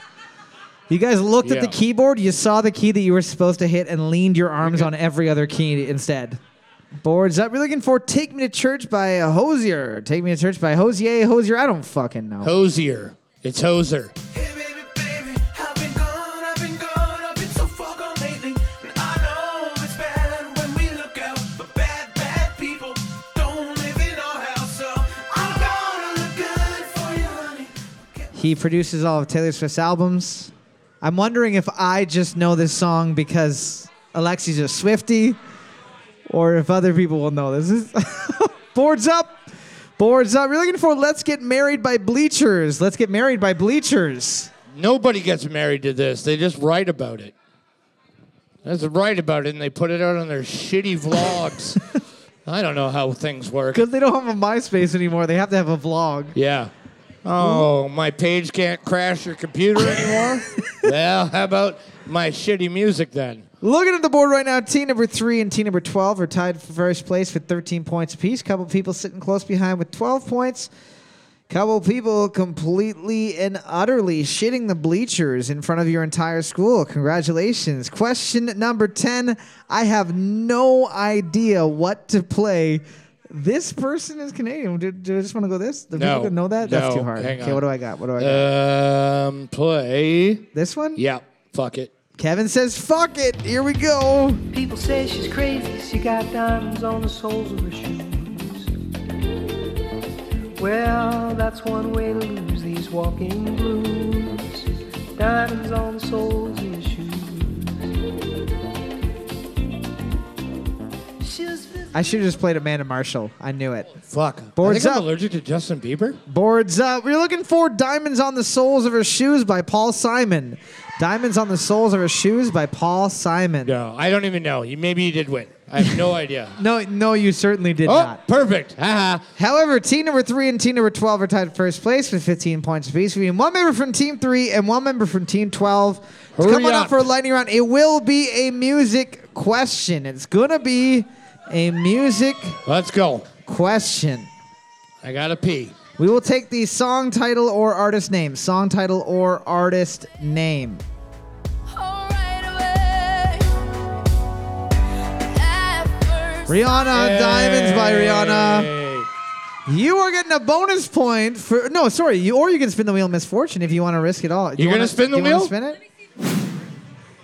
B: You guys looked at
C: Yeah.
B: the keyboard, you saw the key that you were supposed to hit, and leaned your arms on every other key instead. Boards up. We're looking for Take Me to Church by uh, Hosier. Take Me to Church by Hosier. Hosier, I don't fucking know.
C: Hosier. It's Hoser.
G: Hey, baby, baby, I've been gone, I've been gone, I've been so far gone lately. And I know it's bad when we look out for bad, bad people. Don't live in our house, so I'm gonna look good for you, honey.
B: He produces all of Taylor Swift's albums. I'm wondering if I just know this song because Alexi's a Swifty or if other people will know this. [LAUGHS] This is- Boards up. Boards up. We're looking for Let's Get Married by Bleachers. Let's Get Married by Bleachers.
C: Nobody gets married to this. They just write about it. That's write about it, and they put it out on their shitty vlogs. I don't know how things work.
B: Because they don't have a MySpace anymore. They have to have a vlog.
C: Yeah. Oh, my page can't crash your computer anymore? well, how about my shitty music then?
B: Looking at the board right now, team number three and team number 12 are tied for first place with 13 points apiece. Couple people sitting close behind with 12 points. Couple people completely and utterly shitting the bleachers in front of your entire school. Congratulations. Question number 10. I have no idea what to play. This person is Canadian. Do, do I just want to go this? Do
C: No.
B: people gonna know that? That's
C: No.
B: too hard.
C: Hang
B: okay,
C: on.
B: what do I got? What do I got?
C: Um, play.
B: this one?
C: Yeah, fuck it.
B: Kevin says, fuck it. Here we go.
H: People say she's crazy, she got diamonds on the soles of her shoes. Well, that's one way to lose these walking blues. Diamonds on the soles of your shoes. She was busy.
B: I should have just played Amanda Marshall. I knew it.
C: Fuck.
B: Boards
C: I think
B: up.
C: I'm allergic to Justin Bieber.
B: Boards up. We're looking for Diamonds on the Soles of Her Shoes by Paul Simon. Diamonds on the Soles of Her Shoes by Paul Simon.
C: No, I don't even know. You, maybe you did win. I have
B: [LAUGHS]
C: no idea.
B: No, no, you certainly did
C: Oh,
B: not.
C: perfect. Haha.
B: However, team number three and team number 12 are tied first place with 15 points apiece. We have one member from team three and one member from team 12. So
C: Hurry
B: come on up
C: up.
B: for a lightning round. It will be a music question. It's going to be a music
C: Let's go.
B: question.
C: I gotta pee.
B: We will take the song title or artist name. Song title or artist name. Rihanna, Diamonds by Rihanna.
C: Hey.
B: You are getting a bonus point for no, sorry, you or you can spin the wheel of misfortune if you want to risk it all. Do you
C: You're gonna
B: wanna-
C: spin the
B: do you wanna
C: wheel?
B: Spin it.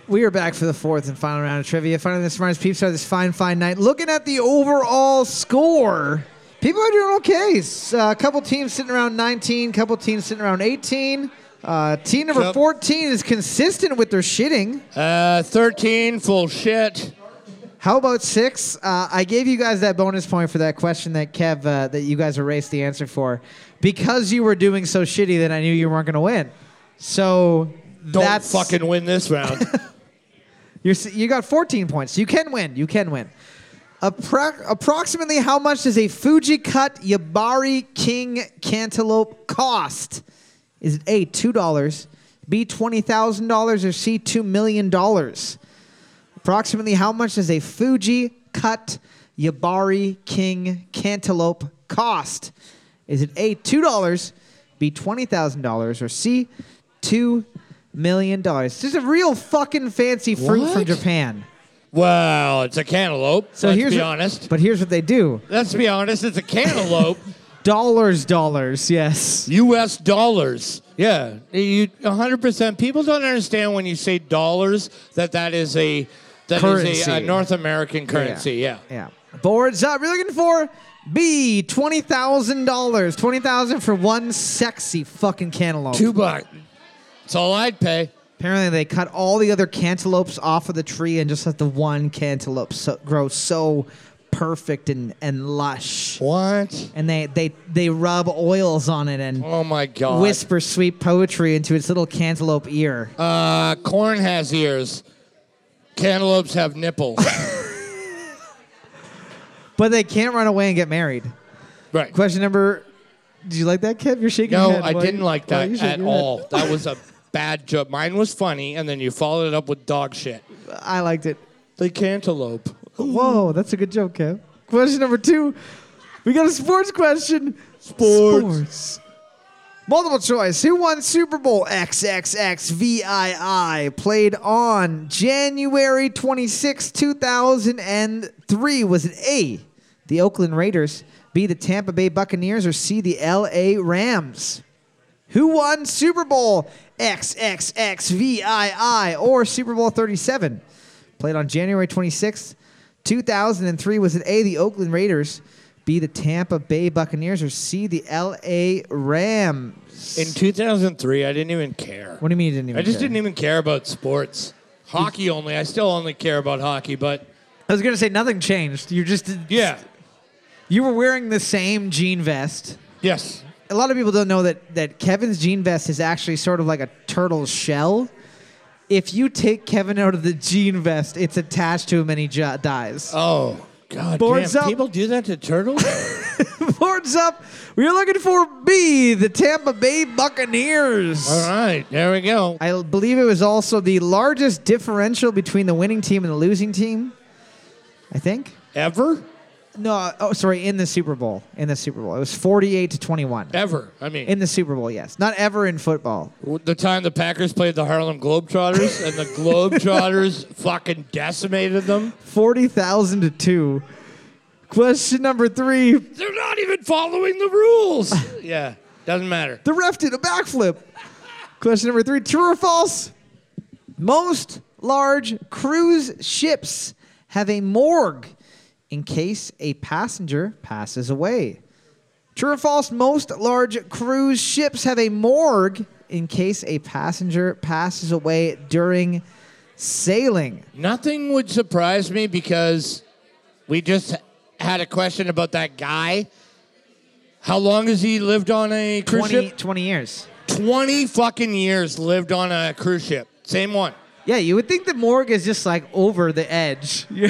B: We are back for the fourth and final round of trivia. Finally, the smartest peeps are this fine, fine night. Looking at the overall score, people are doing okay. S- uh, a couple teams sitting around 19, couple teams sitting around 18. Uh, team number
C: Yep.
B: 14 is consistent with their shitting.
C: Uh, 13, full shit.
B: How about six? Uh, I gave you guys that bonus point for that question that Kev uh, that you guys erased the answer for because you were doing so shitty that I knew you weren't going to win. So
C: Don't
B: that's
C: fucking win
B: [LAUGHS]
C: this round.
B: you're, s- you got 14 points. You can win. You can win. Appro- approximately how much does a Fuji Cut Yabari King cantaloupe cost? Is it A, $2, B, $20,000, or C, $2 million? Approximately how much does a Fuji Cut Yabari King cantaloupe cost? Is it A, $2, B, $20,000, or C, $2 million? This is a real fucking fancy fruit from
C: What?
B: Japan.
C: Wow, it's a cantaloupe.
B: So
C: let's
B: here's
C: be
B: what-
C: honest.
B: But here's what they do.
C: Let's be honest. It's
B: [LAUGHS]
C: a cantaloupe.
B: Dollars, dollars, yes.
C: U.S. dollars. Yeah, you 100%. People don't understand when you say dollars that that is a that is
B: Currency.
C: a, a North American currency. Yeah.
B: Yeah. Boards up. You're looking for B, twenty thousand dollars. Twenty thousand for one sexy fucking cantaloupe.
C: Two bucks. That's all I'd pay.
B: Apparently, they cut all the other cantaloupes off of the tree and just let the one cantaloupe so, grow so perfect and, and lush.
C: What?
B: And they, they, they rub oils on it and
C: Oh my God.
B: whisper sweet poetry into its little cantaloupe ear.
C: Uh, corn has ears. Cantaloupes
B: [LAUGHS]
C: have nipples.
B: But they can't run away and get married.
C: right.
B: Question number. Did you like that, Kev? You're shaking
C: No,
B: your head.
C: I
B: Why-
C: didn't like
B: why are
C: that
B: you shaking
C: at
B: your head?
C: all. That was a bad joke. Mine was funny, and then you followed it up with dog shit.
B: I liked it.
C: The cantaloupe.
B: Whoa, that's a good joke, Kev. Question number two. We got a sports question. Sports. Multiple choice. Who won Super Bowl XXXVII? Played on January 26, 2003. Was it A, the Oakland Raiders, B, the Tampa Bay Buccaneers, or C, the LA Rams? Who won Super Bowl XXXVII or Super Bowl 37? Played on January 26th, 2003. Was it A, the Oakland Raiders, B, the Tampa Bay Buccaneers, or C, the LA Rams?
C: In 2003, I didn't even care.
B: what do you mean you didn't even
C: I just
B: care?
C: didn't even care about sports. Hockey only. I still only care about hockey, but
B: I was going to say nothing changed. You just
C: e- yeah.
B: you were wearing the same jean vest.
C: Yes.
B: A lot of people don't know that that Kevin's jean vest is actually sort of like a turtle's shell. If you take Kevin out of the jean vest, it's attached to him and he jo- dies.
C: Oh. God
B: Boards
C: damn,
B: up.
C: people do that to turtles?
B: Boards up. We're looking for B, the Tampa Bay Buccaneers.
C: All right, there we go.
B: I believe it was also the largest differential between the winning team and the losing team. I think.
C: Ever?
B: No, oh, sorry, in the Super Bowl. In the Super Bowl. It was 48 to 21.
C: Ever. I mean,
B: In the Super Bowl, yes. Not ever in football.
C: the time the Packers played the Harlem Globetrotters and the Globetrotters fucking decimated them.
B: 40,000 to 2. Question number 3.
C: They're not even following the rules. yeah, doesn't matter.
B: The ref did a backflip. Question number 3. True or false? Most large cruise ships have a morgue in case a passenger passes away. True or false? Most large cruise ships have a morgue in case a passenger passes away during sailing.
C: Nothing would surprise me because we just had a question about that guy. How long has he lived on a cruise
B: 20,
C: ship?
B: 20 years.
C: 20 fucking years lived on a cruise ship. Same one.
B: Yeah, you would think the morgue is just like over the edge. You're,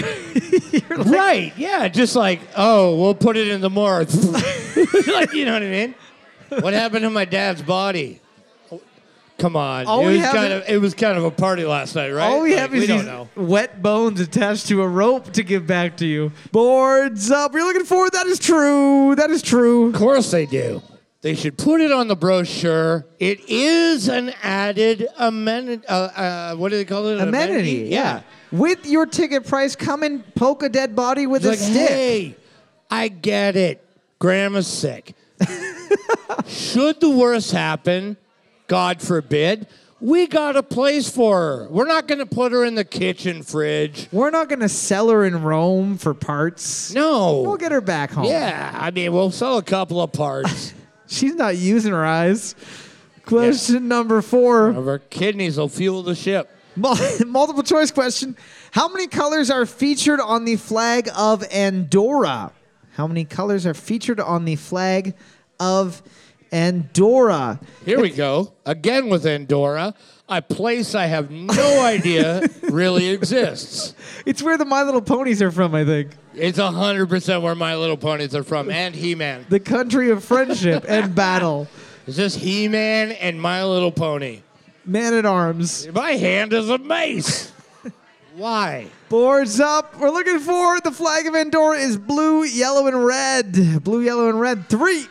B: you're like,
C: right. Yeah. Just like, oh, we'll put it in the morgue. [LAUGHS] like, you know what I mean? What happened to my dad's body? Come on.
B: All
C: it
B: we
C: was
B: have-
C: kind of it was kind of a party last night, right?
B: All we
C: Like,
B: have
C: we
B: is
C: don't
B: these
C: know.
B: wet bones attached to a rope to give back to you. Boards up. We're looking forward. That is true. That is true.
C: Of course they do. They should put it on the brochure. It is an added amenity. Uh, uh, what do they call it? An
B: Amenity. Yeah. With your ticket price, come and poke a dead body with
C: It's
B: a
C: like,
B: stick.
C: hey, I get it. Grandma's sick. Should the worst happen, God forbid, we got a place for her. We're not going to put her in the kitchen fridge.
B: We're not gonna sell her in Rome for parts.
C: No.
B: We'll get her back home.
C: yeah, I mean, we'll sell a couple of
B: [LAUGHS]
C: parts.
B: She's not using her eyes. Question number four.
C: of our kidneys will fuel the ship.
B: Mul- [LAUGHS] Multiple choice question. How many colors are featured on the flag of Andorra? How many colors are featured on the flag of Andorra?
C: Here we go. Again with Andorra, a place I have no
B: [LAUGHS]
C: idea really exists.
B: It's where the My Little Ponies are from, I think.
C: It's 100% where My Little Ponies are from and He Man.
B: The country of friendship and battle.
C: Is this He Man and My Little Pony?
B: Man at arms.
C: My hand is a mace. Why?
B: Boards up. We're looking for the flag of Andorra is blue, yellow, and red. Blue, yellow, and red. Three.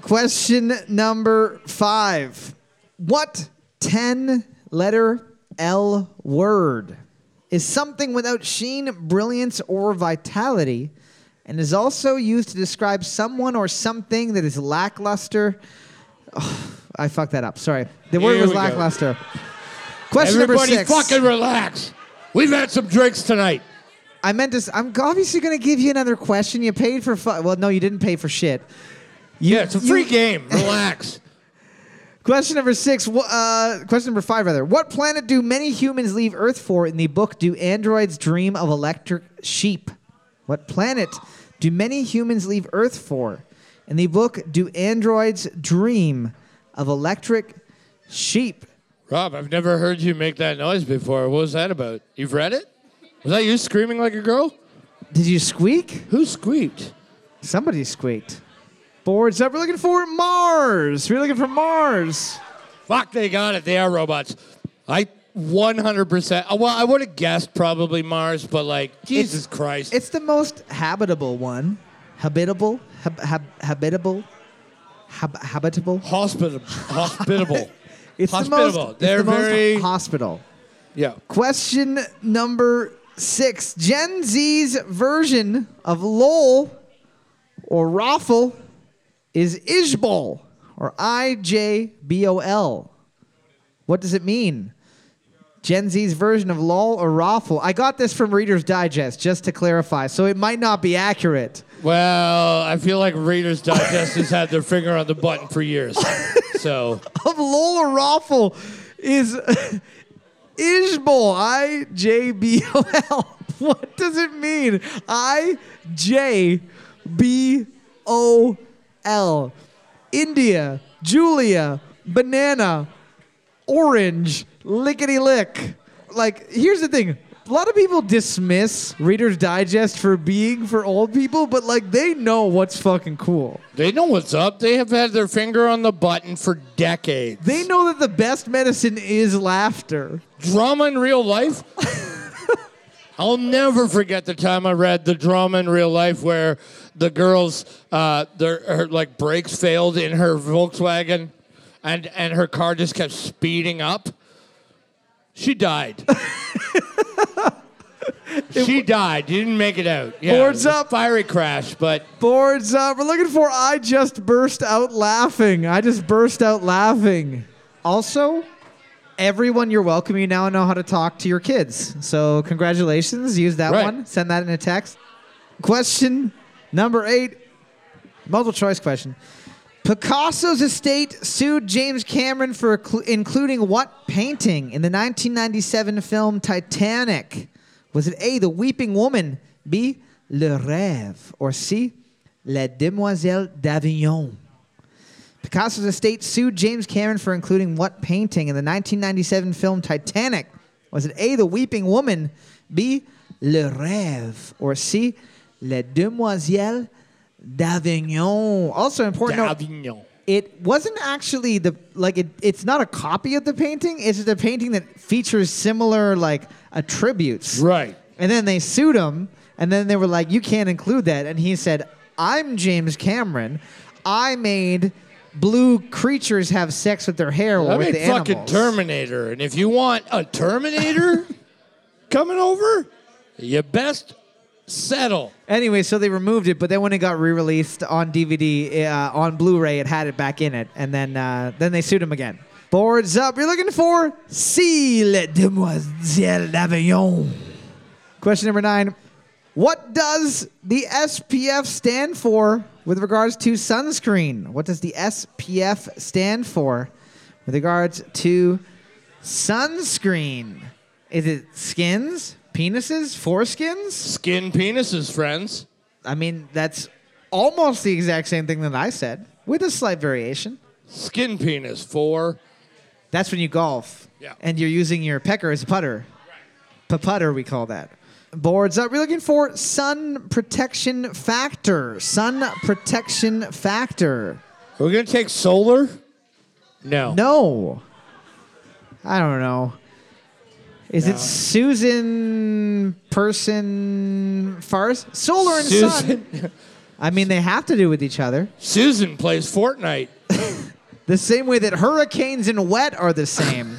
B: Question number five. What 10 letter L word is something without sheen, brilliance, or vitality and is also used to describe someone or something that is lackluster? [SIGHS] Oh, I fucked that up. Sorry. The word
C: Here
B: was
C: we go.
B: lackluster. Question
C: Everybody
B: number six.
C: fucking relax. We've had some drinks tonight.
B: I meant to. s- I'm obviously going to give you another question. You paid for fu- well, no, you didn't pay for shit. You-
C: Yeah, it's a free
B: you-
C: game. Relax.
B: Question number six. wh- Uh, question number five, rather. What planet do many humans leave Earth for in the book? Do androids dream of electric sheep? What planet do many humans leave Earth for in the book? Do androids dream of electric sheep?
C: Rob, I've never heard you make that noise before. What was that about? You've read it? Was that you screaming like a girl?
B: Did you squeak?
C: Who squeaked?
B: Somebody squeaked. Boards up. We're looking for Mars. We're looking for Mars.
C: Fuck, they got it. They are robots. I 100%. uh, Well, I would have guessed probably Mars, but like, Jesus Christ.
B: It's the most habitable one. Habitable, hab, hab, habitable, hab, habitable.
C: Hospitable.
B: [LAUGHS]
C: Hospitable.
B: It's the
C: Hospitable.
B: most. it's
C: They're
B: the most
C: very-
B: hospital.
C: yeah.
B: Question number six: Gen Z's version of LOL or raffle is Ijbol or I J B O L. What does it mean? Gen Z's version of LOL or raffle. I got this from Reader's Digest, just to clarify, so it might not be accurate.
C: Well, I feel like Reader's Digest has had their finger on the button for years. So,
B: [LAUGHS] of Lola Raffle is [LAUGHS] Ishbol. I J B O L. [LAUGHS] What does it mean? I J B O L. India, Julia, banana, orange, lickety lick. Like, here's the thing. A lot of people dismiss Reader's Digest for being for old people, but like they know what's fucking cool.
C: They know what's up. They have had their finger on the button for decades.
B: They know that the best medicine is laughter.
C: drama in real life. I'll never forget the time I read the drama in real life where the girl's uh, their her like brakes failed in her Volkswagen, and and her car just kept speeding up. She died. she died. Didn't make it out. Yeah,
B: Boards
C: it was a
B: up.
C: Fiery crash, but
B: Boards up. We're looking for I just burst out laughing. I just burst out laughing. Also, everyone you're welcome. You now know how to talk to your kids. So congratulations. Use that
C: Right.
B: one. Send that in a text. Question number eight. Multiple choice question. Picasso's estate sued James Cameron for inclu- including what painting in the 1997 film Titanic? Was it A, The Weeping Woman, B, Le Rêve, or C, La Demoiselle d'Avignon? Picasso's estate sued James Cameron for including what painting in the 1997 film Titanic? Was it A, The Weeping Woman, B, Le Rêve, or C, La Demoiselle d'Avignon? Also important note,
C: Avignon.
B: it wasn't actually the like it, it's not a copy of the painting it's just a painting that features similar like attributes
C: Right.
B: and then they sued him and then they were like you can't include that and he said i'm james cameron i made blue creatures have sex with their hair or
C: I
B: with
C: made
B: the
C: fucking
B: animals
C: Terminator, and if you want a
B: [LAUGHS]
C: Terminator coming over, you best settle.
B: anyway so they removed it but then when it got re-released on dvd uh, on blu-ray it had it back in it and then uh, then they sued him again boards up you're looking for Cile demoiselle d'avignon Question number nine. What does the SPF stand for with regards to sunscreen? What does the SPF stand for with regards to sunscreen? Is it skins, penises, foreskins?
C: Skin penises, friends.
B: I mean, that's almost the exact same thing that I said with a slight variation.
C: Skin penis for
B: That's when you golf.
C: Yeah.
B: And you're using your pecker as a putter. Right. putter, we call that. Boards up. We're looking for sun protection factor. Sun protection factor.
C: Are we gonna take solar? No.
B: No. I don't know. Is it Susan person farce? Solar and sun.
C: Susan,
B: I mean, they have to do with each other.
C: Susan plays Fortnite.
B: The same way that hurricanes and wet are the
C: [LAUGHS]
B: same.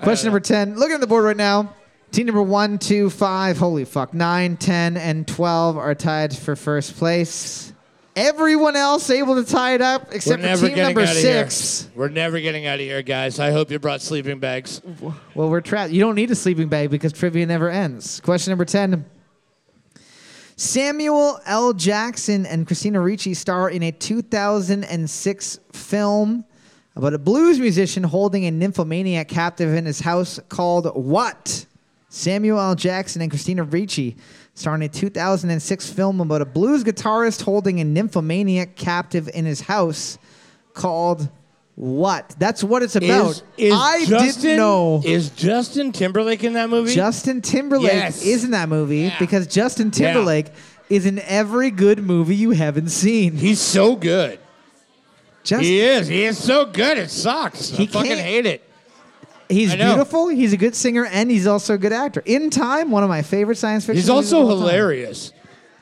B: Question number 10. Looking at the board right now. Team number one, two, five, holy fuck, nine, 10, and 12 are tied for first place. Everyone else able to tie it up
C: We're
B: except for
C: never
B: team
C: getting
B: number
C: out of here.
B: six.
C: We're never getting out of here, guys. I hope you brought sleeping bags.
B: Well, we're trapped. You don't need a sleeping bag because trivia never ends. Question number 10. Samuel L. Jackson and Christina Ricci star in a 2006 film about a blues musician holding a nymphomaniac captive in his house called What? Samuel L. Jackson and Christina Ricci star in a 2006 film about a blues guitarist holding a nymphomaniac captive in his house called What? That's what it's about.
C: Is, is
B: I
C: Justin,
B: didn't know.
C: Is Justin Timberlake in that movie?
B: Justin Timberlake
C: Yes.
B: is in that movie because Justin Timberlake is in every good movie you haven't seen.
C: He's so good.
B: Just,
C: He is. He is so good. It sucks.
B: He
C: I fucking
B: can't-
C: hate it.
B: he's
C: I know.
B: beautiful. He's a good singer and he's also a good actor. In Time, one of my favorite science fiction.
C: He's
B: movies of
C: also
B: all time.
C: hilarious.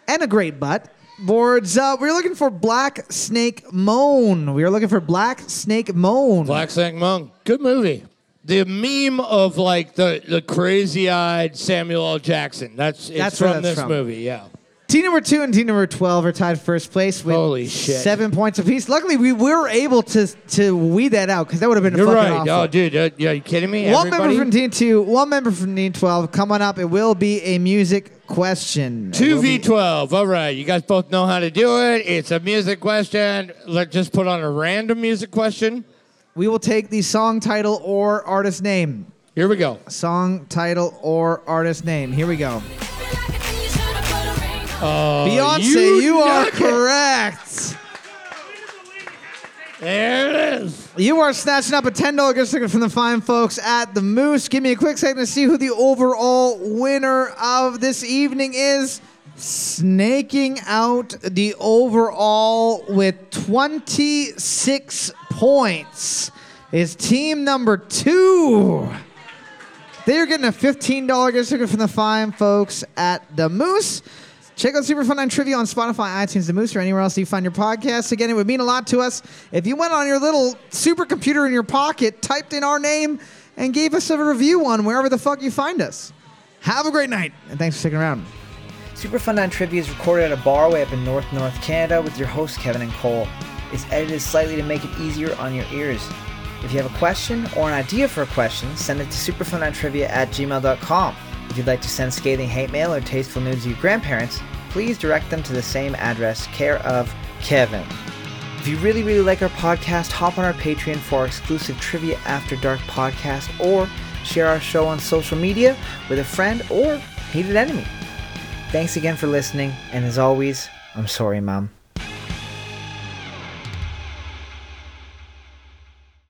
B: and a great butt. Boards up. We We're looking for Black Snake Moan. We were looking for Black Snake Moan.
C: Black Snake Monk. Good movie. The meme of like the, the crazy eyed Samuel L. Jackson. That's it's
B: That's where
C: from
B: that's
C: this
B: from.
C: movie. Yeah.
B: Team number two and team number twelve are tied first place with
C: Holy shit.
B: seven points apiece. Luckily, we were able to to weed that out because that would have been
C: You're
B: fucking
C: right.
B: awful.
C: Oh, dude. Uh, yeah, you kidding me?
B: One
C: Everybody?
B: member from Team 2, one member from Team 12. Come on up. It will be a music question. It
C: Two
B: will
C: V
B: be-
C: twelve. All right, you guys both know how to do it. It's a music question. Let's just put on a random music question.
B: We will take the song title or artist name.
C: Here we go.
B: Song title or artist name. Here we go. Beyonce, you,
C: you
B: are
C: [LAUGHS] knocked it.
B: correct.
C: There it is.
B: You are snatching up a $10 gift ticket from the fine folks at the Moose. Give me a quick second to see who the overall winner of this evening is. Snaking out the overall with 26 points is team number two. They're getting a $15 gift ticket from the fine folks at the Moose. Check out Super Fun Time Trivia on Spotify, iTunes, The Moose, or anywhere else you find your podcasts. Again, it would mean a lot to us if you went on your little supercomputer in your pocket, typed in our name, and gave us a review on wherever the fuck you find us. Have a great night, and thanks for sticking around.
I: Super Fun Time Trivia is recorded at a bar way up in North North Canada with your hosts Kevin and Cole. It's edited slightly to make it easier on your ears. If you have a question or an idea for a question, send it to superfuntimetrivia at gmail.com. If you'd like to send scathing hate mail or tasteful news to your grandparents, please direct them to the same address, care of Kevin. If you really, really like our podcast, hop on our Patreon for our exclusive Trivia After Dark podcast or share our show on social media with a friend or hated enemy. Thanks again for listening, and as always, I'm sorry, Mom.